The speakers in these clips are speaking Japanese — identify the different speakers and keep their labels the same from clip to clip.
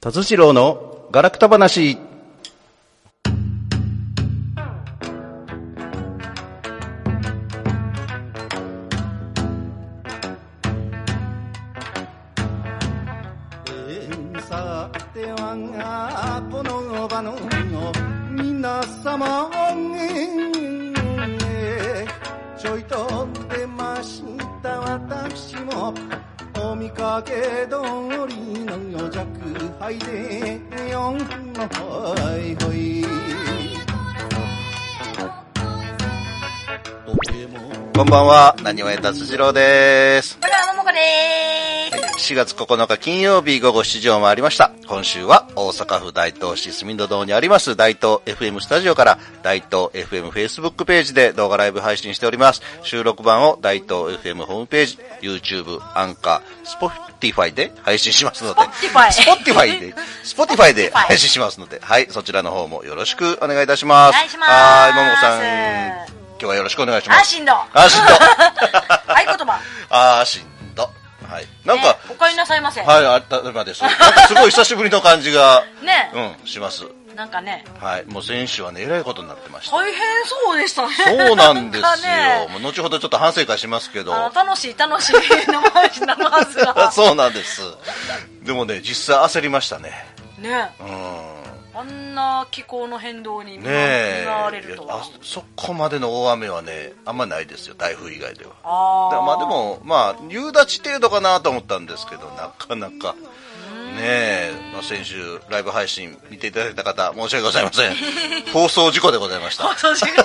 Speaker 1: 達次郎のガラクタ話。さてはこの場の皆様ちょいと出ました私もお見かけ通りの弱敗で四のほいほいこんばんは、なにわえ達次郎です。
Speaker 2: これはももこでー
Speaker 1: 4
Speaker 2: す。
Speaker 1: 月9日金曜日午後7時を回りました。今週は大阪府大東市住戸堂にあります大東 FM スタジオから大東 FM フェイスブックページで動画ライブ配信しております。収録版を大東 FM ホームページ、YouTube、アンカー、Spotify で配信しますので、
Speaker 2: Spotify
Speaker 1: Spotify で、Spotify で配信しますので、はい、そちらの方もよろしくお願いいたします。
Speaker 2: お願いします
Speaker 1: はい、ももこさん、今日はよろしくお願いしま
Speaker 2: アー
Speaker 1: す。
Speaker 2: シンド。
Speaker 1: あーしんど。
Speaker 2: 合言葉。
Speaker 1: あーしんど。はい。なんか、
Speaker 2: ね、お帰りなさいませ。
Speaker 1: はい、あっただいまです。なんかすごい久しぶりの感じが、
Speaker 2: ね、
Speaker 1: うん、します。
Speaker 2: なんかね、
Speaker 1: はい、もう選手はね、えらいことになってました。
Speaker 2: 大変そうでしたね。
Speaker 1: そうなんですよ
Speaker 2: か ね。。
Speaker 1: もう後ほどちょっと反省会しますけど。
Speaker 2: あの楽しい楽しいのはずなのはず が。
Speaker 1: そうなんです。でもね、実際焦りましたね。
Speaker 2: ね、
Speaker 1: うん。
Speaker 2: あんな気候の変動に見
Speaker 1: ね
Speaker 2: 舞
Speaker 1: え
Speaker 2: われるとは。
Speaker 1: あそこまでの大雨はね、あんまないですよ、台風以外では。
Speaker 2: あ
Speaker 1: だから
Speaker 2: ー
Speaker 1: まあで、も、まあ、夕立程度かなと思ったんですけど、なかなか。ねえ、まあ、先週ライブ配信見ていただいた方、申し訳ございま せん。放送事故でございました。
Speaker 2: そうそうそう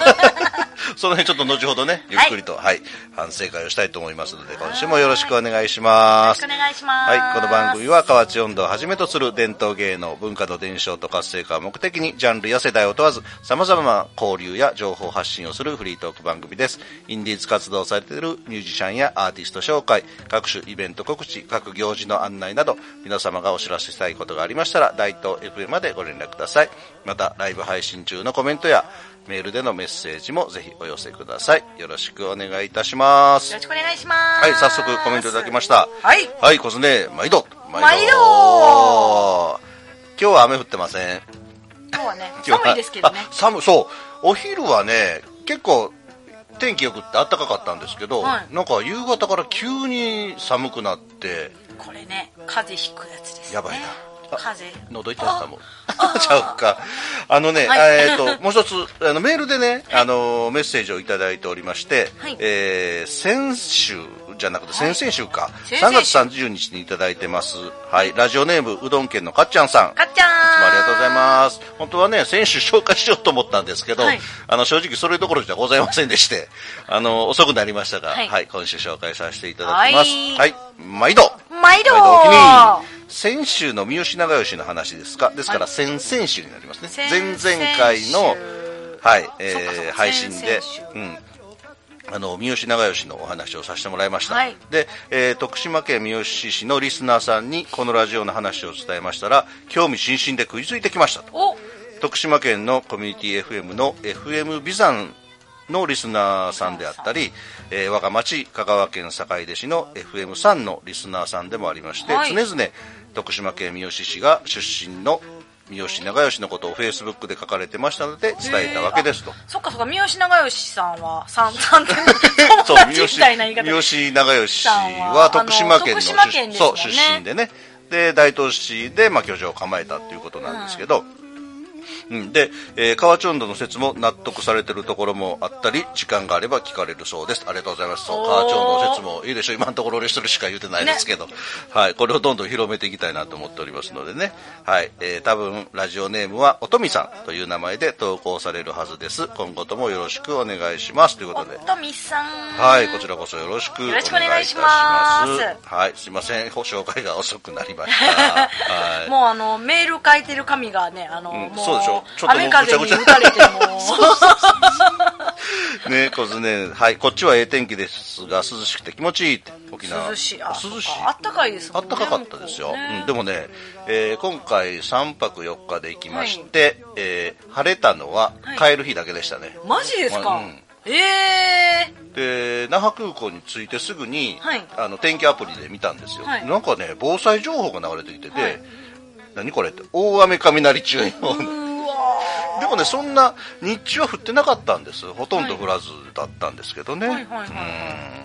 Speaker 1: その辺ちょっと後ほどね、ゆっくりと、はい、反省会をしたいと思いますので、今週もよろしくお願いし
Speaker 2: よ
Speaker 1: ま
Speaker 2: ろし
Speaker 1: す
Speaker 2: くお。願いします。
Speaker 1: はい、この番組は河内音頭をはじめとする伝統芸能、文化の伝承と活性化を目的に、ジャンルや世代を問わず、様々な交流や情報発信をするフリートーク番組です。インディーズ活動をされているミュージシャンやアーティスト紹介、各種イベント告知、各行事の案内など、皆様がお知らせしたいことがありましたら、大東 FM までご連絡ください。また、ライブ配信中のコメントや、メールでのメッセージもぜひお寄せください。よろしくお願いいたします
Speaker 2: よ。ろしくお願いします。
Speaker 1: はい、早速コメントいただきました。
Speaker 2: はい。
Speaker 1: はい、コスネ、毎度。
Speaker 2: 毎度
Speaker 1: 今日は雨降ってません。
Speaker 2: 今日はね、
Speaker 1: 今日は
Speaker 2: 寒いですけどね
Speaker 1: あ。寒い、そう。お昼はね、結構、天気よくって暖かかったんですけど、
Speaker 2: はい
Speaker 1: なんか夕方から急に寒くなって、
Speaker 2: これね、風邪ひくやつです、ね。
Speaker 1: やばいなあ
Speaker 2: 風邪。
Speaker 1: 喉痛かったもん。 ちゃうか。あのね、
Speaker 2: はい
Speaker 1: えっ、と、もう一つ、あの、メールでね、あの、メッセージをいただいておりまして、
Speaker 2: はい
Speaker 1: えー先週じゃなくて先々週か、
Speaker 2: 先
Speaker 1: 3
Speaker 2: 々
Speaker 1: 月
Speaker 2: 週
Speaker 1: 30日にいただいてます。はい、ラジオネーム、うどん県のかっちゃんさん。
Speaker 2: かっちゃーん。
Speaker 1: いつもありがとうございます。本当はね、選手紹介しようと思ったんですけど、
Speaker 2: はい
Speaker 1: あの、正直それどころじゃございませんでして、あの、遅くなりましたが、は、
Speaker 2: はいい
Speaker 1: 今週紹介させていただきます。
Speaker 2: はい
Speaker 1: はい、毎度毎
Speaker 2: 毎度
Speaker 1: 度お気に入り先週の三好長吉の話ですかですから
Speaker 2: は
Speaker 1: 先々週になりますね。
Speaker 2: 先
Speaker 1: 前
Speaker 2: 々週
Speaker 1: 々回の、はい、え
Speaker 2: そっかそっ
Speaker 1: ー、
Speaker 2: か
Speaker 1: 配信で
Speaker 2: 先、々
Speaker 1: う
Speaker 2: 週
Speaker 1: ん、あの三好長吉のお話をさせてもらいました、
Speaker 2: はい
Speaker 1: で、えー徳島県三好市のリスナーさんにこのラジオの話を伝えましたら興味津々で食いついてきましたと
Speaker 2: お
Speaker 1: 徳島県のコミュニティ FM の FM 美山のリスナーさんであったり、えー我が町香川県坂出市の FM さんのリスナーさんでもありまして、
Speaker 2: はい
Speaker 1: 常々徳島県三好市が出身の三好長吉のことを Facebook で書かれてましたので伝えたわけですと。
Speaker 2: そっかそっか、三好長吉さんは、さん、さんって、
Speaker 1: そう、三
Speaker 2: 友達
Speaker 1: 好
Speaker 2: みたいな言い方
Speaker 1: 三好長吉は徳島県の
Speaker 2: あの徳島県です
Speaker 1: そ
Speaker 2: も
Speaker 1: う
Speaker 2: んね
Speaker 1: 出身でねで大東市で、まあ、居城を構えたということなんですけど、うんで、えー、河内温度の説も納得されてるところもあったり時間があれば聞かれるそうですありがとうございますそう
Speaker 2: おー
Speaker 1: 河内温度の説もいいでしょう今のところ俺一人しか言ってないですけど、はい、これをどんどん広めていきたいなと思っておりますのでね、はいえー、多分ラジオネームはおとみさんという名前で投稿されるはずです今後ともよろしくお願いしますということで
Speaker 2: おとみさん。
Speaker 1: はい、こちらこそよろしくお願いいたします。
Speaker 2: よろしくお願いします
Speaker 1: はい、すいません、ご紹介が遅くなりま した。はい。
Speaker 2: もうあの、メール書いてる紙がね、あの、
Speaker 1: ん
Speaker 2: もう、
Speaker 1: そうでしょちょっともう
Speaker 2: 雨風に
Speaker 1: ぐちゃ
Speaker 2: 打
Speaker 1: ぐちゃ
Speaker 2: たれて も、
Speaker 1: ねこずね、はい、こっちはええ天気ですが、涼しくて気持ちいいって。沖縄。
Speaker 2: 涼しい。あ、
Speaker 1: 涼しい
Speaker 2: そっ。かあったかいです
Speaker 1: あ
Speaker 2: もん
Speaker 1: っ
Speaker 2: ね。
Speaker 1: たかかったですよ。
Speaker 2: 向こう
Speaker 1: うん、
Speaker 2: ね
Speaker 1: でもね、えー今回3泊4日で行きまして、えー晴れたのは
Speaker 2: はい
Speaker 1: 帰る日だけでしたね。
Speaker 2: マジです
Speaker 1: まあ
Speaker 2: か
Speaker 1: うん
Speaker 2: ええ
Speaker 1: で那覇空港に着いてすぐに、
Speaker 2: はい
Speaker 1: あの天気アプリで見たんですよ、
Speaker 2: はい
Speaker 1: なんかね防災情報が流れてきてて、
Speaker 2: はい
Speaker 1: 何これって大雨雷注意報
Speaker 2: うーわ
Speaker 1: でもねそんな日中は降ってなかったんですほとんど降らずだったんですけどね、
Speaker 2: ーはいはいは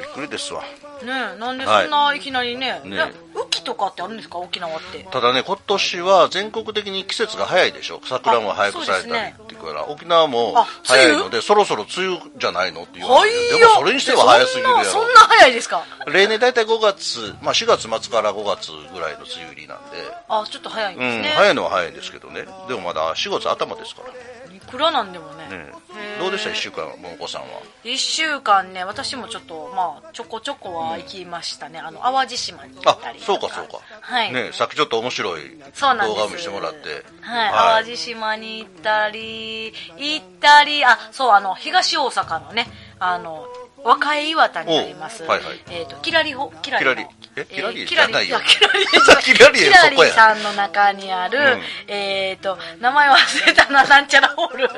Speaker 1: びっくりですわ
Speaker 2: いねえなんでそんないきなりね,、
Speaker 1: ねえ
Speaker 2: いや雨季とかってあるんですか沖縄って
Speaker 1: ただね今年は全国的に季節が早いでしょ桜も早くされ
Speaker 2: そうです
Speaker 1: たり
Speaker 2: ね
Speaker 1: っていうから、沖縄も
Speaker 2: あ梅
Speaker 1: 早
Speaker 2: 雨
Speaker 1: いのでそろそろ梅雨じゃないのっていう
Speaker 2: は
Speaker 1: 話
Speaker 2: いよ
Speaker 1: でもそれにしては早すぎるやろ
Speaker 2: そんなそんな早いですか
Speaker 1: 例年大体5月、まあ、4月末から5月ぐらいの梅雨入りなんで、
Speaker 2: あちょっと早いん
Speaker 1: う
Speaker 2: です
Speaker 1: ん
Speaker 2: ね、
Speaker 1: 早いのは早いんですけどねでもまだ4月頭ですから
Speaker 2: いくらなんでもね
Speaker 1: ね、ね
Speaker 2: へー
Speaker 1: どうでした1週間桃子さんは
Speaker 2: 1週間ね私もちょっとまあちょこちょこは行きましたね、あの淡路島に行
Speaker 1: あ
Speaker 2: ったりと
Speaker 1: そうかそうか、
Speaker 2: はい、
Speaker 1: ねさっきちょっと面白い
Speaker 2: そうなん
Speaker 1: 動
Speaker 2: です
Speaker 1: 画を見せてもらって
Speaker 2: はい、
Speaker 1: はい
Speaker 2: 淡路島に行ったり行ったりあそうあの東大阪のねあの若い岩田にあります、
Speaker 1: おはいはい
Speaker 2: えっ、とキラリホキラリの
Speaker 1: キラリえキラリ
Speaker 2: えー
Speaker 1: じゃないよ
Speaker 2: キラリ
Speaker 1: キラリ
Speaker 2: キ
Speaker 1: そこ
Speaker 2: ラリ
Speaker 1: や
Speaker 2: さんの中にある、
Speaker 1: う
Speaker 2: えっ、と名前忘れたななんちゃらホール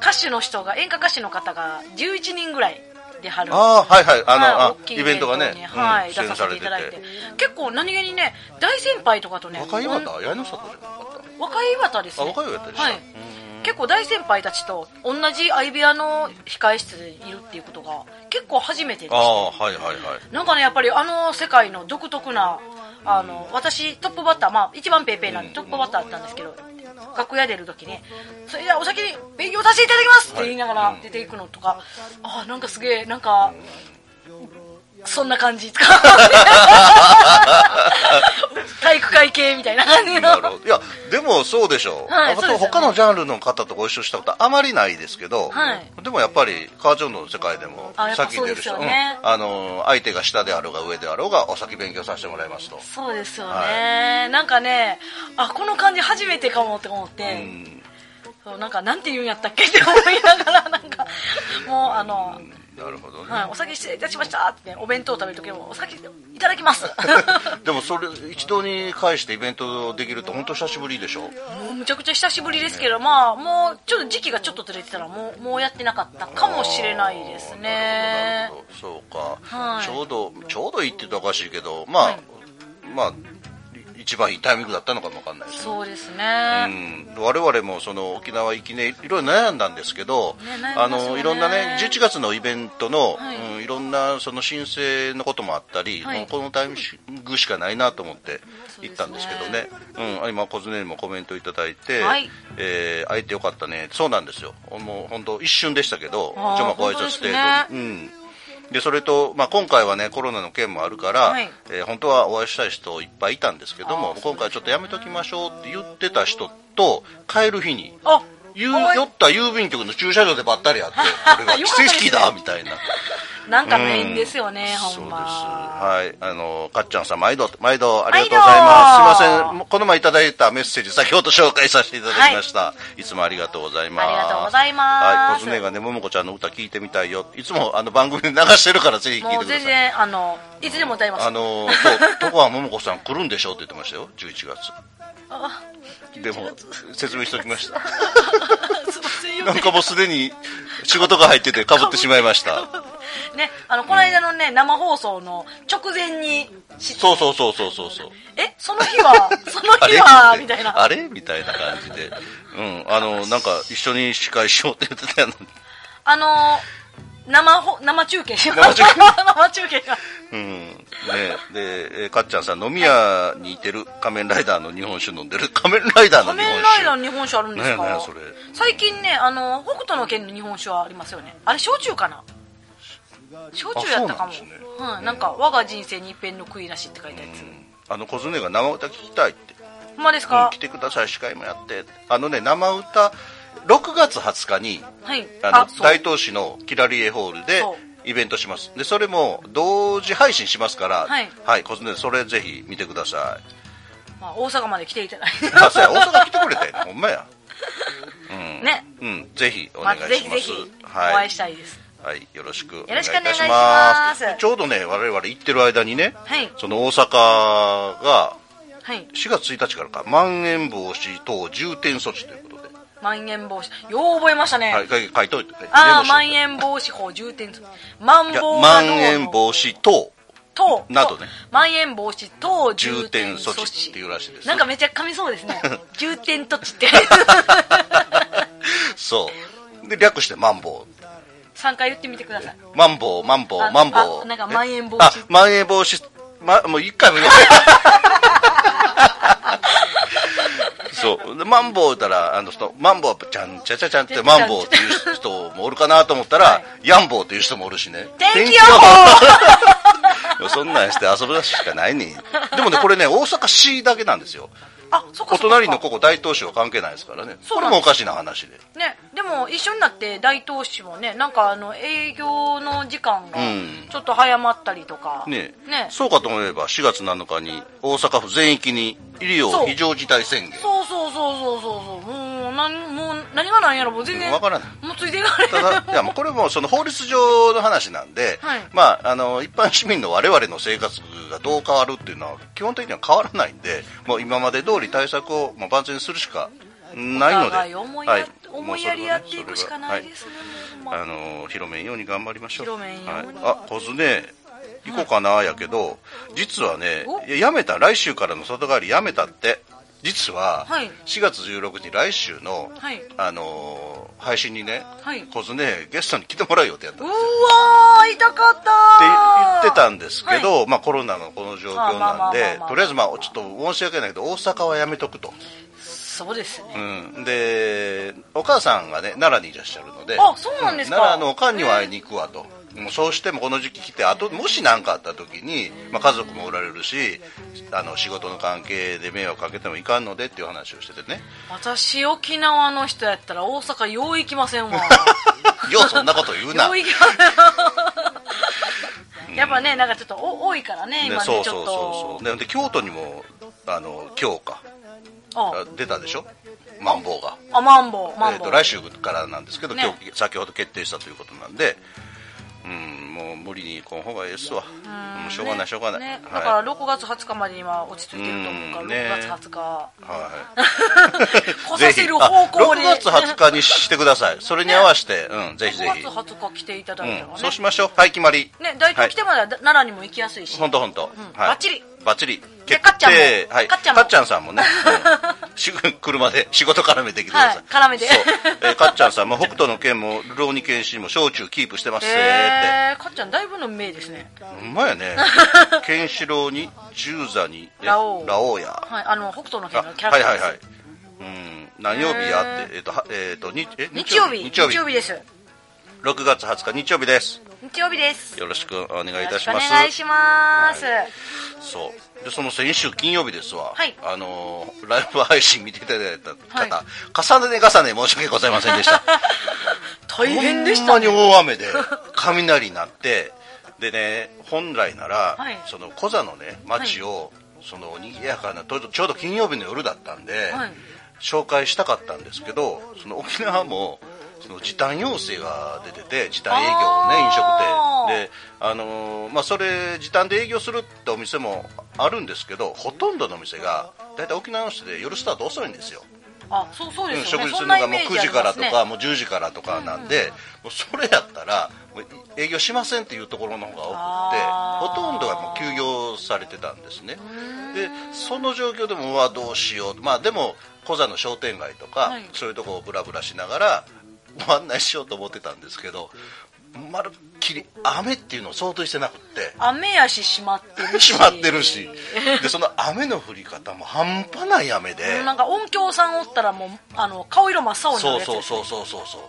Speaker 2: 歌手の人が演歌歌手の方が11人ぐらいではる
Speaker 1: ああはいはいあの、
Speaker 2: はい
Speaker 1: あイベントがね、
Speaker 2: にはい、
Speaker 1: うん
Speaker 2: 出
Speaker 1: 出
Speaker 2: さ
Speaker 1: 演
Speaker 2: せ
Speaker 1: さ
Speaker 2: て
Speaker 1: れ
Speaker 2: い
Speaker 1: て
Speaker 2: た
Speaker 1: て
Speaker 2: だいて結構何気にね大先輩とかとね
Speaker 1: 若い岩田
Speaker 2: おん
Speaker 1: 八重の里じゃなかっ
Speaker 2: 若い岩田です
Speaker 1: たあ
Speaker 2: ね
Speaker 1: 若い岩田でした、
Speaker 2: はい結構大先輩たちと同じ相部屋の控え室でいるっていうことが結構初めてでし
Speaker 1: あ
Speaker 2: た
Speaker 1: あはいはいはい
Speaker 2: なんかねやっぱりあの世界の独特なあの私トップバッターまあ一番ペイペイなんでトップバッターだったんですけど楽屋出る時に「それではお先に勉強させていただきます!」って言いながら出ていくのとか、ああなんかすげえなんかそんな感じと か体育会系みたいな感じ
Speaker 1: な
Speaker 2: の
Speaker 1: るほどいやでもそうでしょう、
Speaker 2: はい
Speaker 1: あと
Speaker 2: そうです
Speaker 1: 他のジャンルの方とご一緒したことあまりないですけど、
Speaker 2: はい
Speaker 1: でもやっぱりカージョンドの世界でも
Speaker 2: あやっぱ
Speaker 1: 先に出る人、
Speaker 2: そうですよね
Speaker 1: うんあの相手が下であろうが上であろうがお先勉強させてもらいますと
Speaker 2: そうですよね、なんかねあこの感じ初めてかもって思って、
Speaker 1: うん
Speaker 2: そうなんかなんて言うんやったっけ って思いながらなんかもうあの、
Speaker 1: なるほどね、
Speaker 2: はい、お酒失礼いたしましたって、ね、お弁当を食べる時もお酒いただ きます
Speaker 1: でもそれ一度に返してイベントできると本当久しぶりでしょ
Speaker 2: もうむちゃくちゃ久しぶりですけどまあもうちょっと時期がちょっとずれてたらもうもうやってなかったかもしれないです
Speaker 1: な
Speaker 2: ね
Speaker 1: るほどなるほどそうか、
Speaker 2: はい
Speaker 1: ちょうどちょうどいいって言ったらおかしいけどまあ、
Speaker 2: はい
Speaker 1: まあい一番いいタイミングだったのかもわかんないですね
Speaker 2: そうです
Speaker 1: う
Speaker 2: ね、
Speaker 1: ん、我々もその沖縄行きねいろいろ悩んだんですけど、
Speaker 2: ね悩み
Speaker 1: あ
Speaker 2: ますよね
Speaker 1: のいろんなね11月のイベントの、
Speaker 2: はい
Speaker 1: うん、いろんなその申請のこともあったり、
Speaker 2: はい
Speaker 1: もうこのタイミングしかないなと思って行ったんですけどねうん、今小常にもコメントいただいて、
Speaker 2: はい
Speaker 1: えー会えてよかったねそうなんですよもう本当一瞬でしたけど
Speaker 2: あー
Speaker 1: ちょまあご挨拶程
Speaker 2: 本当
Speaker 1: 度に。うんでそれと、まあ、今回は、ね、コロナの件もあるから、
Speaker 2: はい
Speaker 1: えー本当はお会いしたい人いっぱいいたんですけど
Speaker 2: あ
Speaker 1: も
Speaker 2: ー
Speaker 1: 今回ちょっとやめときましょうって言ってた人と帰る日に
Speaker 2: あ
Speaker 1: ゆ
Speaker 2: おい
Speaker 1: 酔った郵便局の駐車場でばったり会ってこれは
Speaker 2: よかったです
Speaker 1: 奇
Speaker 2: ね
Speaker 1: 跡だみたいな。
Speaker 2: なんかないんですよね、
Speaker 1: そう
Speaker 2: ほ
Speaker 1: で
Speaker 2: ん
Speaker 1: す。
Speaker 2: ま
Speaker 1: はい。あの、かっちゃんさん、毎度、毎度ありがとうございます。す
Speaker 2: 毎
Speaker 1: い
Speaker 2: 度
Speaker 1: ませんもう。この前いただいたメッセージ、先ほど紹介させていただきました。い、つもありがとうございます。
Speaker 2: ありがとうございます
Speaker 1: はい。コスネがね、ももこちゃんの歌聞いてみたいよ。いつもあの番組で流してるから、ぜひ聞いて
Speaker 2: もう
Speaker 1: くだ
Speaker 2: 全
Speaker 1: さい。
Speaker 2: 然あのいつでも歌います
Speaker 1: あの、そう、とこはももこさん来るんでしょうって言ってましたよ、11
Speaker 2: あ
Speaker 1: 月。 でも、説明しておきました。
Speaker 2: すいませんよ
Speaker 1: なんかもうすでに仕事が入ってて、かぶってしまいました。
Speaker 2: ね、あの、この間のね、生放送の直前に知って、
Speaker 1: そうそうそうそうそうそう。
Speaker 2: え、その日は、その
Speaker 1: あ
Speaker 2: 日
Speaker 1: れ
Speaker 2: は、みたいな。
Speaker 1: あれみたいな感じで。うん。あの、なんか、一緒に司会しようって言ってたやん。
Speaker 2: あのー、生ほ、生中継しま
Speaker 1: 生
Speaker 2: す。
Speaker 1: 中継
Speaker 2: 生中継が。
Speaker 1: うん。ねで、えーかっちゃんさん、飲み屋にいてる仮面ライダーの日本酒飲んでる。仮面ライダーの
Speaker 2: 仮
Speaker 1: 日本
Speaker 2: 面
Speaker 1: 酒。
Speaker 2: ライダーの日本酒あるんです
Speaker 1: なんや
Speaker 2: か
Speaker 1: なんやそれ
Speaker 2: 最近ね、あの、北斗の拳の日本酒はありますよね。あれ、焼酎かな焼酎やったかも。
Speaker 1: あそうなんです
Speaker 2: うん、なんか、我が人生に一遍の悔いなしって書いたやつ。
Speaker 1: うんあの、小常が生歌聞きたいって。
Speaker 2: ほんまです
Speaker 1: うん
Speaker 2: か
Speaker 1: 来てください、司会もやって。あのね、生歌、6月20日に、
Speaker 2: はい。
Speaker 1: あの、
Speaker 2: そう
Speaker 1: 大東市のキラリエホールで
Speaker 2: そ、
Speaker 1: イベントします。で、それも、同時配信しますから、
Speaker 2: はい
Speaker 1: はい、小常、それぜひ見てください。
Speaker 2: まあ、大阪まで来ていただいて。
Speaker 1: あ、 そうや、大阪来てくれたよな、ほんまや。うん。
Speaker 2: ね。
Speaker 1: うん、ぜひお
Speaker 2: ま
Speaker 1: 願
Speaker 2: あ、
Speaker 1: い
Speaker 2: ぜ
Speaker 1: し
Speaker 2: ひ
Speaker 1: ま
Speaker 2: ぜ
Speaker 1: す
Speaker 2: ひ。、お
Speaker 1: は
Speaker 2: 会
Speaker 1: い
Speaker 2: いし。たいです。
Speaker 1: はい、よろしくお
Speaker 2: よ
Speaker 1: 願い
Speaker 2: ろ
Speaker 1: い
Speaker 2: しくお願い
Speaker 1: たし
Speaker 2: しま
Speaker 1: ますす。ちょうどね、我々行ってる間にね、
Speaker 2: はい
Speaker 1: その大阪が
Speaker 2: はい。
Speaker 1: 4月1日からか、まん延防止等重点措置ということで、
Speaker 2: まん延防止。よう覚えましたね。
Speaker 1: はい、書い書いといて。
Speaker 2: ああ、ま
Speaker 1: メ
Speaker 2: ん延防止法重点措置。まん
Speaker 1: モしといてい
Speaker 2: 防
Speaker 1: や、まん延
Speaker 2: 止。
Speaker 1: 防止等
Speaker 2: 等
Speaker 1: などね
Speaker 2: まん延防止等重
Speaker 1: 重点
Speaker 2: 点措
Speaker 1: 措
Speaker 2: 置
Speaker 1: 置っていうらしいですよ
Speaker 2: なんかめっちゃ噛みそうで すね重点措置って
Speaker 1: そうで略してマンボウ
Speaker 2: 3回言ってみてください
Speaker 1: マンボウマンボ
Speaker 2: あ
Speaker 1: ウマンボ
Speaker 2: あ
Speaker 1: ウ
Speaker 2: なんかまん延防止
Speaker 1: あまん延防止まもう一 回も言わないそうでマンボウたらあの人マンボウちゃんちゃちゃちゃんってマンボウっていう人もおるかなと思ったら、
Speaker 2: はい
Speaker 1: ヤンボウっていう人もおるしね
Speaker 2: 天気予報
Speaker 1: い やそんなんして遊ぶしかないねんで もねこれね大阪市だけなんですよ
Speaker 2: あそっかそっか
Speaker 1: お隣のここ大東市は関係ないですからね
Speaker 2: そ
Speaker 1: こ
Speaker 2: うな
Speaker 1: れも
Speaker 2: んです
Speaker 1: おかしな話で
Speaker 2: ね、でも一緒になって大東市もねなんかあの営業の時間が
Speaker 1: うん
Speaker 2: ちょっと早まったりとか、
Speaker 1: ねえ
Speaker 2: ね
Speaker 1: そうかと思えば4月7日に大阪府全域に医療非常事態宣言
Speaker 2: そうそうそうそうそうそうもうなんもう何が何やらもう全然
Speaker 1: わからない
Speaker 2: もうついていかれへん
Speaker 1: ただい やもうこれもその法律上の話なんで、
Speaker 2: はい
Speaker 1: まあ、あの一般市民の我々の生活がどう変わるっていうのは基本的には変わらないんでもう今まで通り対策をもう万全にするしかないの
Speaker 2: お互い
Speaker 1: で
Speaker 2: 思いや,、
Speaker 1: はい
Speaker 2: 思いやりやっていくしかないで
Speaker 1: もうそれはそれははい
Speaker 2: すね、
Speaker 1: あの広めんように頑張りましょう
Speaker 2: 広めんように
Speaker 1: はい、あ小津ね行こうかなやけど実はね
Speaker 2: お
Speaker 1: いややめた来週からの里帰りやめたって実は
Speaker 2: はい
Speaker 1: 4月16日来週の、
Speaker 2: はい
Speaker 1: あのー配信にね、
Speaker 2: はい
Speaker 1: 小津ねゲストに来てもらう予定やった
Speaker 2: う
Speaker 1: っ
Speaker 2: わー痛かった
Speaker 1: て
Speaker 2: ー
Speaker 1: 言ってたんですけど、
Speaker 2: はい
Speaker 1: まあ、コロナのこの状況
Speaker 2: まあま
Speaker 1: なん
Speaker 2: あまあまあまあ
Speaker 1: でとりあえず、まあ、ちょっと申し訳ないけど大阪はやめとくと、
Speaker 2: そうですね、
Speaker 1: うん、でお母さんがね奈良にいらっしゃるので
Speaker 2: あそうなんですか
Speaker 1: 奈良のおかんには会いに行くわと、もうそうしてもこの時期来てあともし何かあった時に、まあ、家族もおられるしあの仕事の関係で迷惑かけてもいかんのでっていう話をしてて ね
Speaker 2: 私沖縄の人やったら大阪よう行きませんわ
Speaker 1: ようそんなこと言う な
Speaker 2: よう行きませんやっぱねなんかちょっとお多いからね
Speaker 1: ね
Speaker 2: 今ね
Speaker 1: そう
Speaker 2: ちょ
Speaker 1: そ
Speaker 2: っ
Speaker 1: う
Speaker 2: と
Speaker 1: そうそうねで京都にもあの今日か
Speaker 2: あ
Speaker 1: あ出たでしょマンボウが、
Speaker 2: あマンボウマ
Speaker 1: え
Speaker 2: ン
Speaker 1: ー
Speaker 2: ボウ、
Speaker 1: と来週からなんですけど、
Speaker 2: ね
Speaker 1: 今日先ほど決定したということなんでうんもう無理にこん方がええっすわうんしょうがない、
Speaker 2: ね
Speaker 1: しょうがない、
Speaker 2: ね、だ
Speaker 1: はい
Speaker 2: から6月20日までには落ち着いてると思うから、
Speaker 1: うんね
Speaker 2: 6月20日
Speaker 1: はい。
Speaker 2: 来させる方向に
Speaker 1: ぜひあ6月20日にしてください。それに合わせて、うん、ぜひぜ
Speaker 2: 6
Speaker 1: ひ。
Speaker 2: 月20日来ていただいたらね,、
Speaker 1: うん、そうしましょう。はい、決まり。
Speaker 2: ね大東来てまで奈良にも行きやすいし、
Speaker 1: 本当本当。はい。
Speaker 2: バッチリ。
Speaker 1: バッチリ。
Speaker 2: でかっちゃんも
Speaker 1: 決定はい。
Speaker 2: かっちゃんも
Speaker 1: かっちゃんさんもね、うんし車で仕事絡めてきてください。
Speaker 2: はい絡めて
Speaker 1: そう。えーかっちゃんさんも北斗の剣も、浪人剣心も、小中キープしてますせーって。
Speaker 2: えー、かっちゃんだいぶの名ですね、
Speaker 1: ほんまや ね。ケンシロウに、十座に、え
Speaker 2: ラオウ
Speaker 1: ラオウや。
Speaker 2: はい、あの北斗の
Speaker 1: あ
Speaker 2: 拳のキャラ
Speaker 1: はいは
Speaker 2: クターで
Speaker 1: い
Speaker 2: す、
Speaker 1: はい。うん、何曜日やって、えっ、と、はえっ、と、に、え、
Speaker 2: 日曜日
Speaker 1: 日曜
Speaker 2: 日
Speaker 1: 日。
Speaker 2: 曜日です
Speaker 1: 6月20日日曜日です
Speaker 2: 日曜日です
Speaker 1: よろしくお願いい
Speaker 2: よ
Speaker 1: た
Speaker 2: ろし
Speaker 1: し
Speaker 2: くお
Speaker 1: ます
Speaker 2: 願いします、
Speaker 1: そうでその先週金曜日ですわ、
Speaker 2: はい
Speaker 1: あのーライブ配信見ていただいた
Speaker 2: はい
Speaker 1: 方、重ね重ね申し訳ございませんでした
Speaker 2: 大変でした
Speaker 1: ほんまに
Speaker 2: ね
Speaker 1: 大雨で雷になってでね本来なら、
Speaker 2: はい
Speaker 1: その小座のね街を、その賑やかなとちょうど金曜日の夜だったんで、
Speaker 2: はい
Speaker 1: 紹介したかったんですけどその沖縄もその時短要請が出てて時短営業をね飲食
Speaker 2: あー
Speaker 1: 店で、あのーまあ、それ時短で営業するってお店もあるんですけどほとんどの店が大体沖縄の人で夜スタート遅いんですよ、
Speaker 2: あそうそうです
Speaker 1: 食
Speaker 2: よね、
Speaker 1: 事す
Speaker 2: そ
Speaker 1: る
Speaker 2: ん
Speaker 1: の
Speaker 2: な
Speaker 1: が
Speaker 2: イ
Speaker 1: もう
Speaker 2: メー
Speaker 1: 9時
Speaker 2: ジあり
Speaker 1: か
Speaker 2: ま
Speaker 1: ら
Speaker 2: す
Speaker 1: と
Speaker 2: ね
Speaker 1: か、もう10時からとかなんで、もうそれやったらもう営業しませんっていうところの方が
Speaker 2: あ
Speaker 1: 多くって
Speaker 2: ー
Speaker 1: ほとんどがもう休業されてたんですねでその状況でもうわどうしようまあでも小座の商店街とか、
Speaker 2: はい
Speaker 1: そういうとこをブラブラしながらご案内しようと思ってたんですけどまるっきり雨っていうのを想定してなくって
Speaker 2: 雨やし閉まってるし
Speaker 1: 閉まってる しでその雨の降り方も半端ない雨で。
Speaker 2: なんか音響さんおったらもうあの顔色真っ青になる
Speaker 1: そう
Speaker 2: やつ
Speaker 1: そうそうそうそうそう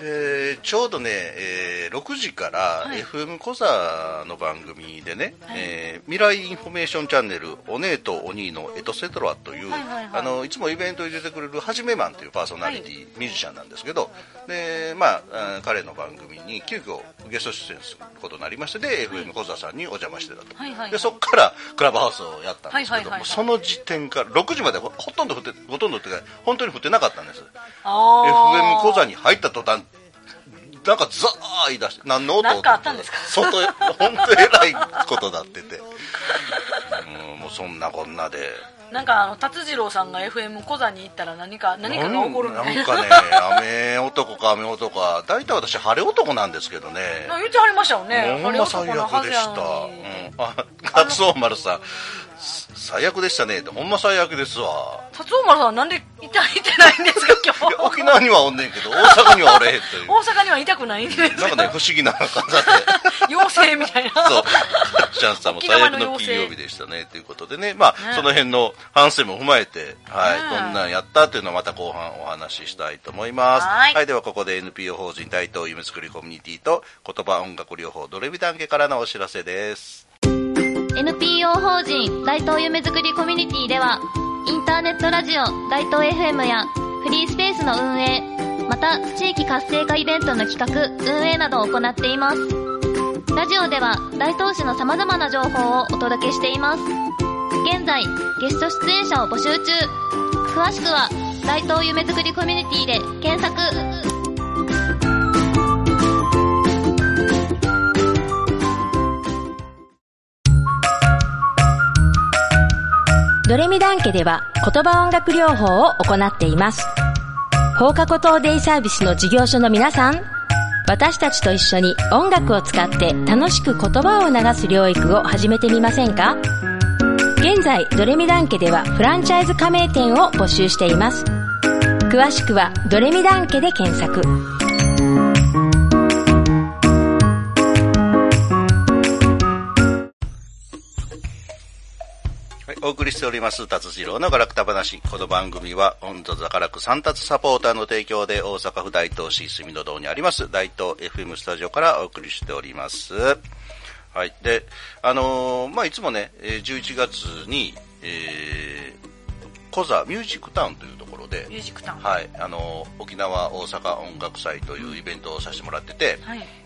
Speaker 1: でちょうどね、えー6時から
Speaker 2: はい
Speaker 1: FM 小座の番組でね、
Speaker 2: はい
Speaker 1: えー未来インフォメーションチャンネル「お姉とお兄のエトセトラ」という、
Speaker 2: はいはいはい
Speaker 1: あのいつもイベントに出てくれるはじめマンというパーソナリティ、ミュージシャンなんですけどで、まああー、彼の番組に急遽ゲスト出演することになりましてで、FM 小座さんにお邪魔してたと、
Speaker 2: はいはいはい
Speaker 1: でそこからクラブハウスをやったんですけど、
Speaker 2: はいはいはいはい
Speaker 1: もうその時点から6時までほほとんど降ってほとんどっていうか本当に降ってなかったんです。
Speaker 2: あー
Speaker 1: FM 講座に入った途端なんかザー言い出して何の音
Speaker 2: なんかあったんですか
Speaker 1: 相当本当えらいことなっててうんもうそんなこんなで
Speaker 2: なんかあの達次郎さんが FM 小座に行ったら何か何かが起こるみ
Speaker 1: な
Speaker 2: たい
Speaker 1: ん
Speaker 2: な
Speaker 1: かね雨男か雨男か大体私晴れ男なんですけどね
Speaker 2: なんか言ってはりましたよね
Speaker 1: もうほんま最
Speaker 2: 晴れ男のは
Speaker 1: 悪
Speaker 2: ず
Speaker 1: で
Speaker 2: や
Speaker 1: した、
Speaker 2: の
Speaker 1: うん
Speaker 2: に
Speaker 1: あ松尾丸さんす最悪でしたねってほんま最悪ですわ
Speaker 2: 達夫丸さんなんでいたいてないんですか今
Speaker 1: いや
Speaker 2: 日
Speaker 1: 沖縄にはおんねんけど大阪にはおれへんとい
Speaker 2: 大阪にはいたくないんです
Speaker 1: うなんかね不思議な方で
Speaker 2: 妖精みたいな
Speaker 1: そう。 チャンスさんも最悪の金曜日でしたね、ということでね。まあ、
Speaker 2: ね
Speaker 1: その辺の反省も踏まえて、はい、
Speaker 2: ね
Speaker 1: こんなんやったというのはまた後半お話ししたいと思います。
Speaker 2: は
Speaker 1: はいい。ではここで NPO 法人大東夢作りコミュニティと言葉音楽療法ドレビダン家からのお知らせです。
Speaker 3: NPO 法人大東夢作りコミュニティではインターネットラジオ大東 FM やフリースペースの運営また地域活性化イベントの企画運営などを行っていますラジオでは大東市の様々な情報をお届けしています現在ゲスト出演者を募集中詳しくは大東夢作りコミュニティで検索
Speaker 4: ドレミダン家では言葉音楽療法を行っています。放課後等デイサービスの事業所の皆さん、私たちと一緒に音楽を使って楽しく言葉を流す療育を始めてみませんか現在、ドレミダン家ではフランチャイズ加盟店を募集しています。詳しくはドレミダン家で検索。
Speaker 1: はい、お送りしております、達次郎のガラクタ話。この番組は、温度高らく三達サポーターの提供で、大阪府大東市住の堂にあります、大東 FM スタジオからお送りしております。はい。で、あのーまあ、いつもね、えー11月に、えー、コザミュージックタウンというところで
Speaker 2: ミュ、ージックタウンは
Speaker 1: はい、あのー沖縄大阪音楽祭というイベントをさせてもらってて、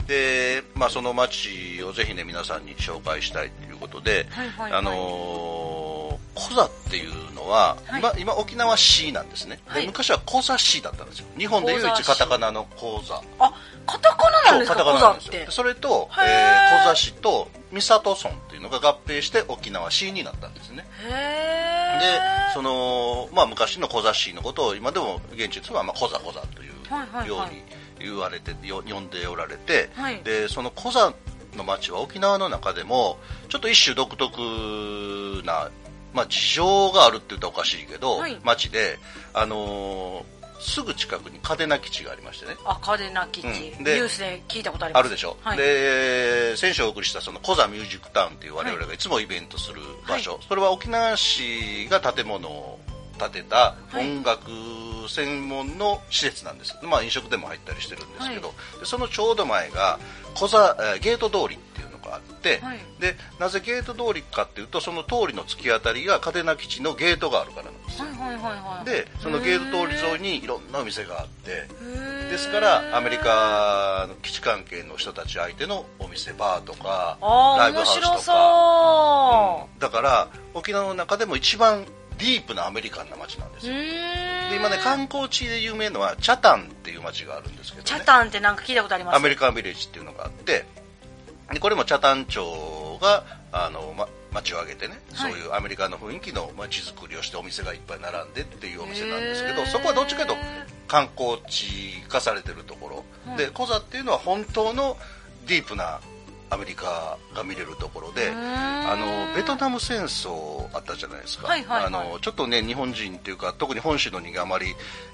Speaker 2: い
Speaker 1: で、まあ、その街をぜひね、皆さんに紹介したいということで、
Speaker 2: はいはいはい
Speaker 1: あのーコザっていうのは、
Speaker 2: はい
Speaker 1: まあ今沖縄市なんですね。で
Speaker 2: はい
Speaker 1: 昔はコザ市だったんですよ。日本で唯
Speaker 2: コザ
Speaker 1: 一
Speaker 2: 市
Speaker 1: カタカナのコザ。
Speaker 2: あカタカナなんです
Speaker 1: カタ
Speaker 2: か
Speaker 1: カ
Speaker 2: コ
Speaker 1: ナ
Speaker 2: ザ
Speaker 1: なん
Speaker 2: っ
Speaker 1: ですよ。
Speaker 2: て
Speaker 1: でそれと、
Speaker 2: へー
Speaker 1: えー、コザ市と三郷村っていうのが合併して沖縄市になったんですね。
Speaker 2: へ
Speaker 1: で
Speaker 2: え、
Speaker 1: その、まあ、昔のコザ市のことを今でも現地ではまあコザコザとい
Speaker 2: はいはいう
Speaker 1: よ
Speaker 2: はいう
Speaker 1: に言われて、よ呼んでおられて、
Speaker 2: はい
Speaker 1: でそのコザの町は沖縄の中でもちょっと一種独特な、まあ、事情があるって言ったらおかしいけど、
Speaker 2: はい
Speaker 1: 町で、あのーすぐ近くに嘉手納基地がありましてね。
Speaker 2: 赤でなき地、
Speaker 1: うん
Speaker 2: ニ
Speaker 1: で
Speaker 2: ュースで聞いたことあります
Speaker 1: あるでしょ、
Speaker 2: はい、
Speaker 1: で先週お送りしたそのコザミュージックタウンっていう我々がいつもイベントする場所、それは沖縄市が建物を建てた
Speaker 2: はい
Speaker 1: 音楽専門の施設なんです、まあ、飲食店も入ったりしてるんですけど、でそのちょうど前がコザ、えーゲート通りっていうのがあって、
Speaker 2: はい
Speaker 1: でなぜゲート通りかっていうとその通りの突き当たりが嘉手納基地のゲートがあるからなんです
Speaker 2: はいはいはいはい
Speaker 1: でそのゲート通り沿いにいろんなお店があって
Speaker 2: へー
Speaker 1: ですからアメリカの基地関係の人たち相手のお店バーとかラ
Speaker 2: あ
Speaker 1: イ
Speaker 2: ー
Speaker 1: ブハ
Speaker 2: 面
Speaker 1: ウス
Speaker 2: 白
Speaker 1: と
Speaker 2: そ
Speaker 1: か
Speaker 2: う
Speaker 1: だから沖縄の中でも一番ディープなアメリカンな街なんですよ
Speaker 2: で
Speaker 1: で今ね観光地で有名のはチャタンっていう街があるんですけど、ね、
Speaker 2: チャタンってなんか聞いたことあります
Speaker 1: アメリカンビレッジっていうのがあってでこれも北谷町があの、ま、町を挙げてね、
Speaker 2: はい
Speaker 1: そういうアメリカの雰囲気の街づくりをしてお店がいっぱい並んでっていうお店なんですけ
Speaker 2: へ
Speaker 1: ど
Speaker 2: ー
Speaker 1: そこはどっちかというと観光地化されてるところ、
Speaker 2: はい
Speaker 1: でコザっていうのは本当のディープなアメリカが見れるところで、
Speaker 2: うーん
Speaker 1: あのベトナム戦争あったじゃないですか、
Speaker 2: はいはいはい
Speaker 1: あのちょっとね日本人っていうか特に本州の人間あまり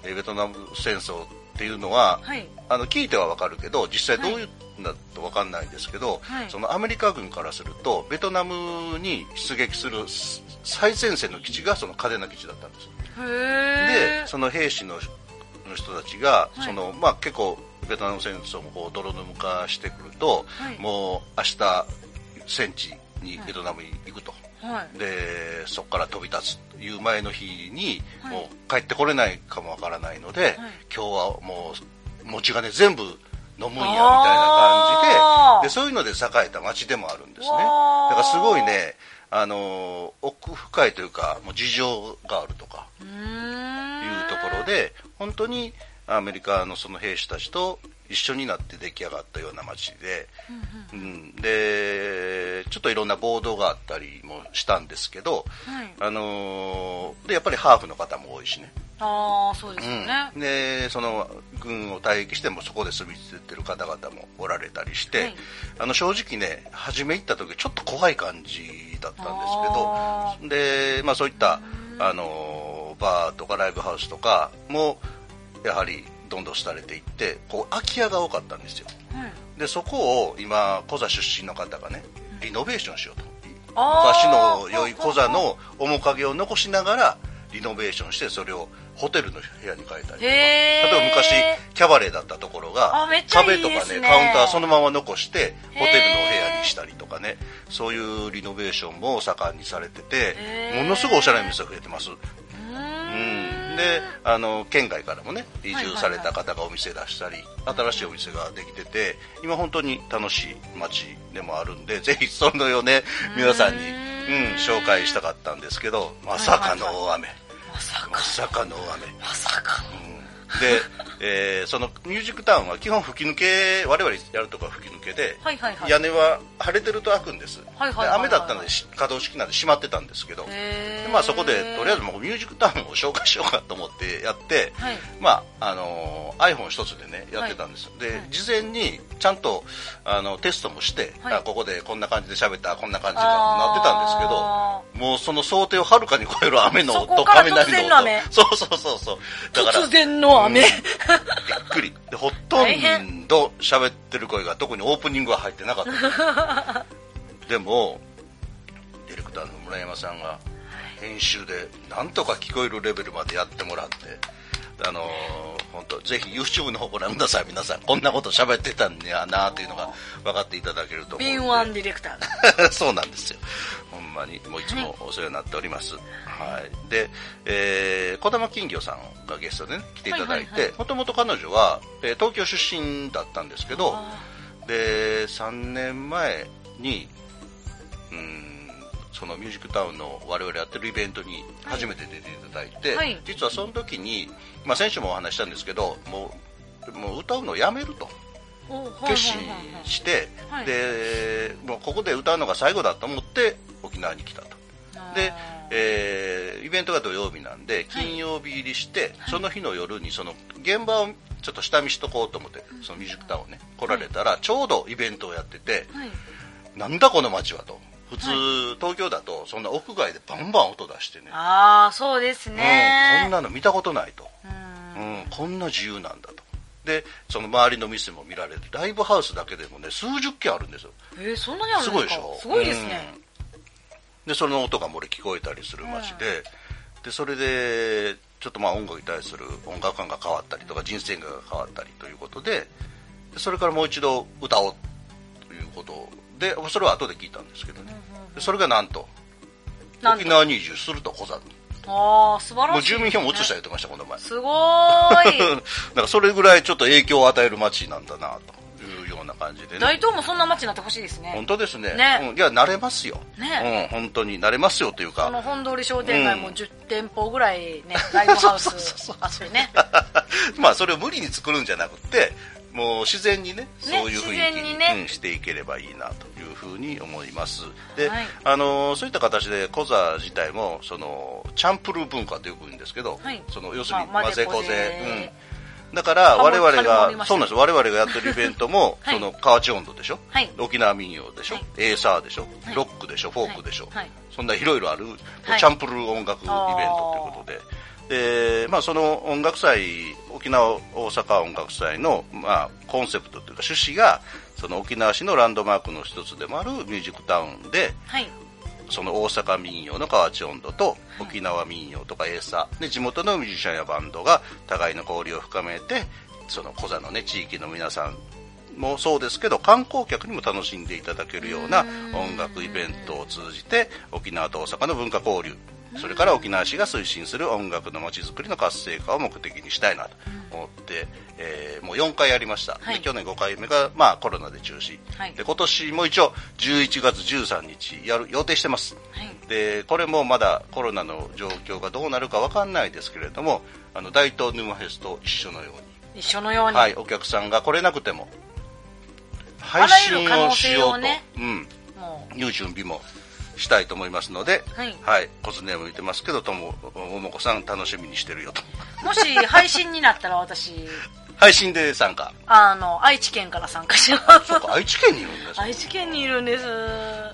Speaker 1: えーベトナム戦争っていうのは、
Speaker 2: はい
Speaker 1: あの聞いてはわかるけど実際どういうんだとわかんないんですけど、
Speaker 2: はい
Speaker 1: そのアメリカ軍からするとベトナムに出撃する最前線の基地がその嘉手納基地だったんです
Speaker 2: へ
Speaker 1: で
Speaker 2: ー
Speaker 1: その兵士のの人たちが、
Speaker 2: はい
Speaker 1: そのまあ、結構ベトナム戦争もこう泥沼化してくると、
Speaker 2: はい
Speaker 1: もう明日戦地にベトナムに行くと、
Speaker 2: はい
Speaker 1: でそこから飛び立つという前の日に、
Speaker 2: はい
Speaker 1: もう帰ってこれないかもわからないので、今日はもう持ち金全部飲むんやみたいな感
Speaker 2: あー
Speaker 1: じででそういうので栄えた町でもあるんですね
Speaker 2: わ
Speaker 1: だ
Speaker 2: ー
Speaker 1: からすごいねあのー奥深いというかもう事情があるとか
Speaker 2: う
Speaker 1: い
Speaker 2: ー
Speaker 1: うんところで本当にアメリカのその兵士たちと一緒になって出来上がったような町で、うんでちょっといろんな暴動があったりもしたんですけど、
Speaker 2: はい
Speaker 1: あのーでやっぱりハーフの方も多いしね
Speaker 2: ああそうですよね、
Speaker 1: うん、でその軍を退役してもそこで住み着いてる方々もおられたりして、
Speaker 2: はい
Speaker 1: あの正直ね初め行った時ちょっと怖い感じだったんですけどで、まあ、そういったあのバーとかライブハウスとかもやはりどんどん廃れていってこう空き家が多かったんですよ
Speaker 2: うん
Speaker 1: でそこを今コザ出身の方がねリノベーションしようと昔
Speaker 2: あ
Speaker 1: の
Speaker 2: ー
Speaker 1: 良いコザの面影を残しながらリノベーションしてそれをホテルの部屋に変えたりとか
Speaker 2: へー
Speaker 1: 例えば昔キャバレーだったところが
Speaker 2: あめっちゃいい
Speaker 1: 壁とかね
Speaker 2: ですね
Speaker 1: カウンターそのまま残してホテルのお部屋にしたりとかねそういうリノベーションも盛んにされてて
Speaker 2: へー
Speaker 1: ものすごいおしゃれな店が増えてます
Speaker 2: う
Speaker 1: うん
Speaker 2: ん
Speaker 1: であの県外からもね移
Speaker 2: はいはい
Speaker 1: 住された方がお店出したり、新しいお店ができてて今本当に楽しい街でもあるんで ぜひそのよね皆さんに、うん
Speaker 2: うん
Speaker 1: 紹介したかったんですけどまさかの大雨、
Speaker 2: まさ
Speaker 1: ま
Speaker 2: か
Speaker 1: さかの大雨
Speaker 2: まさか
Speaker 1: で、えーそのミュージックタウンは基本吹き抜け我々やるとこは吹き抜けで、
Speaker 2: はいはいはい
Speaker 1: 屋根は晴れてると開くんです、
Speaker 2: はいはいはいはい
Speaker 1: で雨だったのでし可動式なんで閉まってたんですけど、
Speaker 2: へ
Speaker 1: で
Speaker 2: ー
Speaker 1: まあ、そこでとりあえずもうミュージックタウンを紹介しようかと思ってやって、
Speaker 2: はい
Speaker 1: まああのー iPhone 一つでねやってたんです、で、
Speaker 2: はい
Speaker 1: 事前にちゃんとあのテストもして、
Speaker 2: はい
Speaker 1: あここでこんな感じで喋ったこんな感じがなってたんですけど
Speaker 2: あ
Speaker 1: もうその想定をはるかに超える雨の
Speaker 2: そこ
Speaker 1: 音
Speaker 2: から
Speaker 1: 雷の音
Speaker 2: 突然の雨
Speaker 1: そうそうそうそうだから
Speaker 2: ー突然の雨、
Speaker 1: うんびっくりでほと
Speaker 2: 大
Speaker 1: ん
Speaker 2: 変
Speaker 1: ど喋ってる声が特にオープニングは入ってなかったでもディレクターの村山さんが編集でなんとか聞こえるレベルまでやってもらってあの本当ぜひ YouTube の方ご覧ください皆さんこんなこと喋ってたんやなというのが分かっていただけると思うんで
Speaker 2: 敏腕ディレクター が
Speaker 1: そうなんですよ。ほんまに、もういつもお世話になっております。はい。で、えー、小玉金魚さんがゲストでね、来ていただい
Speaker 2: はいはい
Speaker 1: て、もともと彼女は、えー東京出身だったんですけど、で、3年前に、うーん、そのミュージックタウンの我々やってるイベントに初めて出ていただいて、
Speaker 2: はい
Speaker 1: 実はその時に、まあ先週もお話ししたんですけど、もう、もう歌うのをやめると。
Speaker 2: おはいはいはいはい
Speaker 1: 決心して、
Speaker 2: はい
Speaker 1: でもうここで歌うのが最後だと思って沖縄に来たとで、えーイベントが土曜日なんで金曜日入りして、その日の夜にその現場をちょっと下見しとこうと思ってそのミュージックタウンをね来られたらちょうどイベントをやってて、
Speaker 2: はい
Speaker 1: なんだこの街はと普通、東京だとそんな屋外でバンバン音出してね
Speaker 2: ああそうです
Speaker 1: うん
Speaker 2: ね
Speaker 1: こんなの見たことないと。
Speaker 2: うん
Speaker 1: うん、こんな自由なんだと。で、その周りの店も見られて、ライブハウスだけでもね、数十軒あるんですよ。
Speaker 2: えー、そんなにあるん
Speaker 1: すご
Speaker 2: ですか
Speaker 1: いでしょ
Speaker 2: すごいですね、
Speaker 1: で、その音がもれ聞こえたりする街で、で、それで、ちょっとまあ音楽に対する音楽観が変わったりとか、人生観が変わったりということで、でそれからもう一度歌おうということで、それは後で聞いたんですけどね。でそれがなんと、
Speaker 2: なんと
Speaker 1: 沖縄に移住すると、小座に。
Speaker 2: ああ素晴らしい
Speaker 1: もう住民票も移したり言
Speaker 2: よ
Speaker 1: ってました、この前。
Speaker 2: すごー
Speaker 1: なんかそれぐらいちょっと影響を与える街なんだなというような感じで
Speaker 2: い
Speaker 1: ね
Speaker 2: 大東もそんな街になってほしいですね
Speaker 1: 本当ですね
Speaker 2: ね
Speaker 1: うん、いや慣れますよ、
Speaker 2: ね
Speaker 1: うん、本当に慣れますよという
Speaker 2: こ
Speaker 1: か
Speaker 2: の本通り商店街も
Speaker 1: うん
Speaker 2: 10店舗ぐらい ね、ライブハウス
Speaker 1: そうそうそうそう
Speaker 2: あってね
Speaker 1: まあそれを無理に作るんじゃなくてもう自然にねそういう雰囲気
Speaker 2: 自然
Speaker 1: に
Speaker 2: にね
Speaker 1: うんしていければいいなというふうに思いますで、
Speaker 2: はい
Speaker 1: あのーそういった形でコザ自体もそのチャンプルー文化とよく言うんですけど、
Speaker 2: はい
Speaker 1: その要するに
Speaker 2: まあ
Speaker 1: 混ぜこ
Speaker 2: 混ぜこ
Speaker 1: ぜ
Speaker 2: ぜ、
Speaker 1: うん、だから我々
Speaker 2: ハモハモり
Speaker 1: が
Speaker 2: ました
Speaker 1: そうなんです我々がやってるイベントも、
Speaker 2: はい
Speaker 1: その河内音頭でしょ、
Speaker 2: はい
Speaker 1: 沖縄民謡でしょ、
Speaker 2: はい
Speaker 1: エーサーでしょ、
Speaker 2: はい
Speaker 1: ロックでしょフォークでしょ、
Speaker 2: はいはい
Speaker 1: そんないろいろある、もう
Speaker 2: はい
Speaker 1: チャンプルー音楽イベントということで。でまあ、その音楽祭沖縄大阪音楽祭の、まあ、コンセプトというか趣旨がその沖縄市のランドマークの一つでもあるミュージックタウンで
Speaker 2: はい
Speaker 1: その大阪民謡の河内音頭と沖縄民謡とかエーサーで地元のミュージシャンやバンドが互いの交流を深めてその小座のね地域の皆さんもそうですけど観光客にも楽しんでいただけるような音楽イベントを通じて沖縄と大阪の文化交流それから沖縄市が推進する音楽のまちづくりの活性化を目的にしたいなと思って、えーもう4回やりました、
Speaker 2: はい
Speaker 1: で去年5回目が、まあ、コロナで中止、
Speaker 2: はい
Speaker 1: で今年も一応11月13日やる予定してます、
Speaker 2: はい
Speaker 1: でこれもまだコロナの状況がどうなるかわかんないですけれどもあの大東沼フェスと一緒のように
Speaker 2: 一緒のように、
Speaker 1: はい、お客さんが来れなくても配
Speaker 2: あらゆ
Speaker 1: 信
Speaker 2: る可
Speaker 1: を
Speaker 2: 能
Speaker 1: し
Speaker 2: 性
Speaker 1: よう
Speaker 2: を
Speaker 1: と、
Speaker 2: ね
Speaker 1: うん、
Speaker 2: も
Speaker 1: いう準備もしたいと思いますので、
Speaker 2: はい
Speaker 1: コツネーム見てますけどともももこさん楽しみにしてるよと
Speaker 2: もし配信になったら私、
Speaker 1: 配信で参加
Speaker 2: あの、愛知県から参加します
Speaker 1: そう。か愛知県にいるんですね
Speaker 2: 愛知県にいるんです。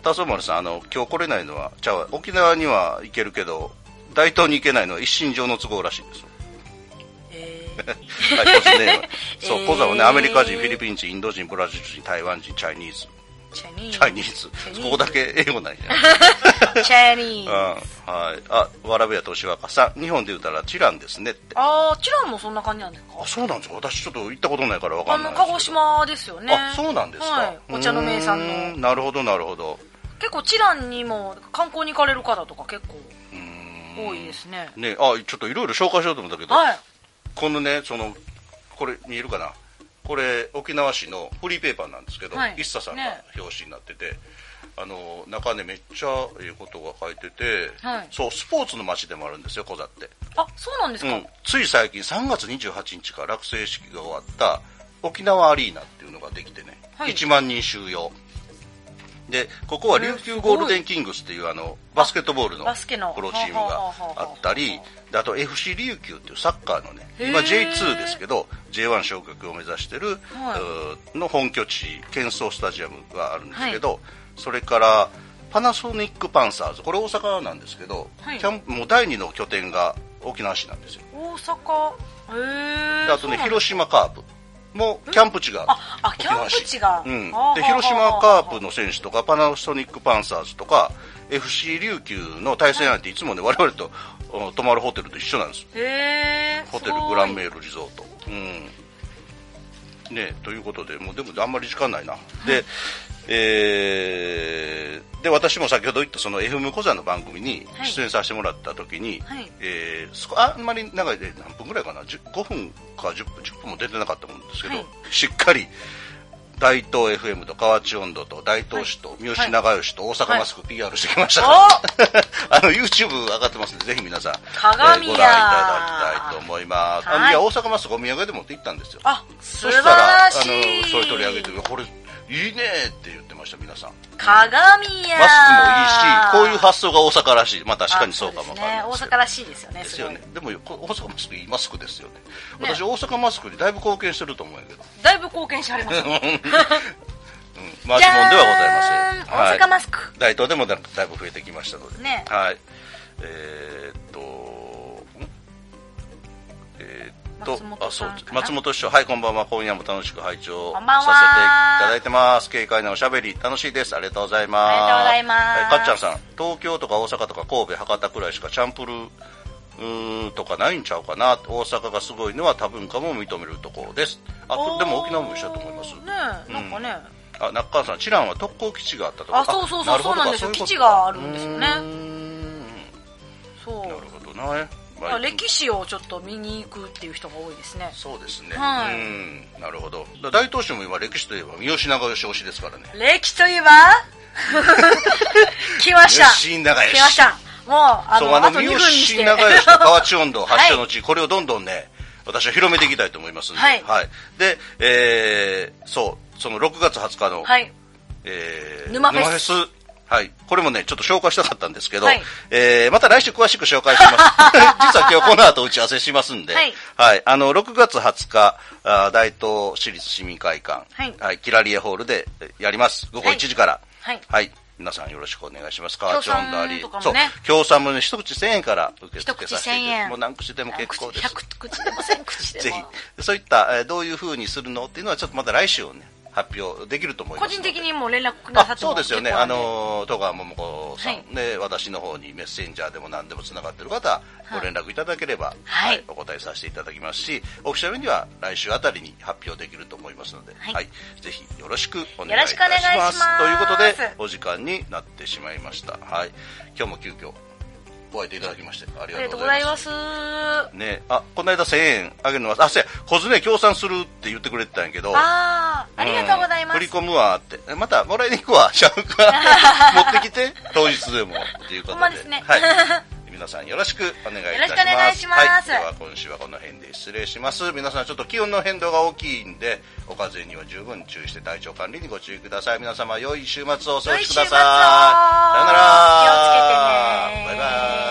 Speaker 1: 田村丸さんあの今日来れないのはじゃあ沖縄には行けるけど大東に行けないのは一身上の都合らしいですよはい、コツネームそう、
Speaker 2: え えー
Speaker 1: コザはね、アメリカ人、フィリピン人、インド人、ブラジル人、台湾人、チャイニーズ。
Speaker 2: ー、チャニ ー
Speaker 1: チャイニー
Speaker 2: チャ
Speaker 1: ズ。
Speaker 2: ニーズ
Speaker 1: ここだけ英語ないね。
Speaker 2: ズ。チャニ
Speaker 1: うん。
Speaker 2: ーズ。
Speaker 1: はい。あ、わらべやとしわかさん。日本で言うたらチランですねって。あ、
Speaker 2: あー、チランもそんな感じなんですか
Speaker 1: そうなんですか私ちょっと行ったことないからわか
Speaker 2: あ
Speaker 1: んな
Speaker 2: の、
Speaker 1: い。
Speaker 2: 鹿児。島ですよね。
Speaker 1: あ、そうなんですか。
Speaker 2: はい。お茶の名産
Speaker 1: うー
Speaker 2: の。
Speaker 1: んなるほど、なるほど。
Speaker 2: 結構、チランにも観光に行かれる方とか結構
Speaker 1: うーん
Speaker 2: 多いですね。
Speaker 1: ね、あ、ちょっといろいろ紹介しようと思ったけど、
Speaker 2: はい。
Speaker 1: このね、その、これ見えるかなこれ、沖縄市のフリーペーパーなんですけど、
Speaker 2: はい
Speaker 1: 一茶さんが
Speaker 2: ね
Speaker 1: 表紙になってて、あの、中ね、めっちゃええことが書いてて、
Speaker 2: はい
Speaker 1: そう、スポーツの街でもあるんですよ、小座って。
Speaker 2: あ、そうなんです
Speaker 1: う
Speaker 2: か。
Speaker 1: ん、つい最近3月28日から落成式が終わった沖縄アリーナっていうのができてね、
Speaker 2: はい
Speaker 1: 1万人収容でここは琉球ゴールデンキングスっていうあのバスケットボールの
Speaker 2: バスケの
Speaker 1: プロチームが
Speaker 2: はあはあはあ
Speaker 1: あったりであと FC 琉球っていうサッカーのね
Speaker 2: へー
Speaker 1: 今 J2 ですけど J1 昇格を目指してる、うーの本拠地喧騒スタジアムがあるんですけど、それからパナソニックパンサーズこれ大阪なんですけど、
Speaker 2: はい
Speaker 1: キャンプもう第2の拠点が沖縄市なんですよ
Speaker 2: 大阪。え
Speaker 1: で
Speaker 2: ー。
Speaker 1: あとね、
Speaker 2: そうなんです
Speaker 1: 広島カープもキャンプ地が
Speaker 2: ああ
Speaker 1: 沖縄市
Speaker 2: キャンプ地が
Speaker 1: うん
Speaker 2: あー
Speaker 1: で
Speaker 2: はあ
Speaker 1: 広島カープの選手とかパナソニックパンサーズとか FC 琉球の対戦相手いつもね我々とお泊まるホテルと一緒なんです
Speaker 2: へー。
Speaker 1: ホテル
Speaker 2: すごい
Speaker 1: グランメールリゾートうんねということでもうでもあんまり時間ないなでえーで私も先ほど言ったその FM 小座の番組に
Speaker 2: はい
Speaker 1: 出演させてもらった時に、
Speaker 2: はい
Speaker 1: えーすこあんまり長いで何分ぐらいかな10 5分か10分10分も出てなかったもんですけど、
Speaker 2: はい
Speaker 1: しっかり大東 FM と河内音頭と大東市と三好長吉と大阪マスク PR してきましたから、 あの YouTube 上がってますんでぜひ皆さん、
Speaker 2: 鏡
Speaker 1: えーご覧いた
Speaker 2: や
Speaker 1: だきたいと思います、あの
Speaker 2: はい
Speaker 1: いや大阪マスクお土産で持って行ったんですよ
Speaker 2: あ、
Speaker 1: そ
Speaker 2: 素晴
Speaker 1: したらあ
Speaker 2: ら
Speaker 1: の
Speaker 2: し
Speaker 1: そ
Speaker 2: い。
Speaker 1: れ取り上げてこれいいねって言ってました皆さん
Speaker 2: 鏡や
Speaker 1: マスクもいいしこういう発想が大阪らしいまあ確かにそうかもわかんない
Speaker 2: あそう
Speaker 1: でけ
Speaker 2: ですすね。
Speaker 1: ど
Speaker 2: 大阪らしいですよね。
Speaker 1: です
Speaker 2: す
Speaker 1: よ
Speaker 2: ごい
Speaker 1: ね。でもこ大阪マスクいいマスクですよね
Speaker 2: ね
Speaker 1: 私大阪マスクにだいぶ貢献してると思うんやけど、
Speaker 2: だいぶ貢献してはりま した。
Speaker 1: うん、マジモンではございません
Speaker 2: じゃーん大阪マス
Speaker 1: は
Speaker 2: ク
Speaker 1: い、大東でもだだいぶ増えてきましたので
Speaker 2: ね
Speaker 1: はいえーっとんえーっと
Speaker 2: 松本さん
Speaker 1: あそう
Speaker 2: かな
Speaker 1: 松本師匠はいこんばんは今夜も楽しく拝聴さ
Speaker 2: こんばんは
Speaker 1: せていただいてます軽快なおしゃべり楽しいですありがとうございます
Speaker 2: ありがとうございます
Speaker 1: はいかっちゃんさん東京とか大阪とか神戸博多くらいしかチャンプルーうーんとかないんちゃうかな大阪がすごいのは多文化も認めるところですあこれでも沖縄も一緒だと思います
Speaker 2: ねえ、なんかね。
Speaker 1: あ中川さん、チランは特攻基地があったとか
Speaker 2: あ、そうそうそう、そうなんですよ。基地があるんですよね。そ
Speaker 1: なる
Speaker 2: う。
Speaker 1: ほどな、まあ、
Speaker 2: 歴史をちょっと見に行くっていう人が多いですね。
Speaker 1: そうですね、
Speaker 2: は
Speaker 1: う
Speaker 2: い
Speaker 1: んなるほどだ大東市も今歴史といえば三好長吉推しですからね
Speaker 2: 歴史といえば 来ました。
Speaker 1: 三好長吉
Speaker 2: 来ました。もう、あ
Speaker 1: そうあ
Speaker 2: の、
Speaker 1: の
Speaker 2: あと
Speaker 1: 三
Speaker 2: 2分にして。
Speaker 1: 好長吉と河内 音頭発祥の地、これをどんどんね私は広めていきたいと思いますんで、
Speaker 2: はい
Speaker 1: で、えー、そうその6月20日の、
Speaker 2: はい。
Speaker 1: えー
Speaker 2: 沼フェス
Speaker 1: はい。これもね、ちょっと紹介したかったんですけど、
Speaker 2: はい
Speaker 1: えーまた来週詳しく紹介し ます。 実は今日この後打ち合わせしますんで、
Speaker 2: はい
Speaker 1: あの、6月20日、あー大東市立市民会館、
Speaker 2: はい
Speaker 1: キラリエホールでえーやります。午後
Speaker 2: はい
Speaker 1: 1時から。
Speaker 2: はい
Speaker 1: 皆さんよろしくお願いします。川
Speaker 2: 協賛とかもね
Speaker 1: そう。協賛もね、一口1000円から受け
Speaker 2: 一
Speaker 1: 付け
Speaker 2: 口
Speaker 1: させ
Speaker 2: 1000
Speaker 1: ていただき
Speaker 2: 円。
Speaker 1: もう何口でも結構です。
Speaker 2: 100口でも1000口でも。
Speaker 1: ぜひ、そういった、えーどういう風にするのっていうのは、ちょっとまた来週をね、発表できると思い
Speaker 2: 個
Speaker 1: ます
Speaker 2: 人
Speaker 1: ので。
Speaker 2: 的にも連絡くださ
Speaker 1: あ
Speaker 2: って
Speaker 1: そ
Speaker 2: も
Speaker 1: うですよね、
Speaker 2: 結構な
Speaker 1: あ
Speaker 2: んで
Speaker 1: の戸川桃子さん、
Speaker 2: はい
Speaker 1: ね、私の方にメッセンジャーでも何でもつながってる方、
Speaker 2: はい
Speaker 1: ご連絡いただければ、
Speaker 2: はい
Speaker 1: お答えさせていただきますし、オフィシャルには来週あたりに発表できると思いますので、は
Speaker 2: はいい
Speaker 1: ぜひよろしくお願いいた
Speaker 2: よろ
Speaker 1: し
Speaker 2: しくお願いし
Speaker 1: ま。
Speaker 2: ますす
Speaker 1: ということで、お時間になってしまいました。はい、今日も急遽ご相手いただきましてあり
Speaker 2: あ
Speaker 1: が
Speaker 2: りが
Speaker 1: とう
Speaker 2: とう
Speaker 1: ご
Speaker 2: ご
Speaker 1: ざ
Speaker 2: ざ
Speaker 1: い
Speaker 2: い
Speaker 1: ま。
Speaker 2: ますす。
Speaker 1: ね、あこの間1000円あげるのは、あ、せや、小ずね協賛するって言ってくれてたんやけど、
Speaker 2: ああ、ありがとうございま
Speaker 1: ん振り
Speaker 2: す。
Speaker 1: 込むわって。えまたもらいに行くわ、シ ャウカ。持ってきて、当日でも。っていうことで。
Speaker 2: ほんまですね
Speaker 1: はい。皆さんよろしくお願いいたします。
Speaker 2: よろしくお願いします
Speaker 1: はい、では今週はこの辺で失礼します皆さんちょっと気温の変動が大きいんでお風邪には十分注意して体調管理にご注意ください皆様良い週末をお過ごしください
Speaker 2: 良い週末を
Speaker 1: さよなら
Speaker 2: 気をつけてね
Speaker 1: バイバイ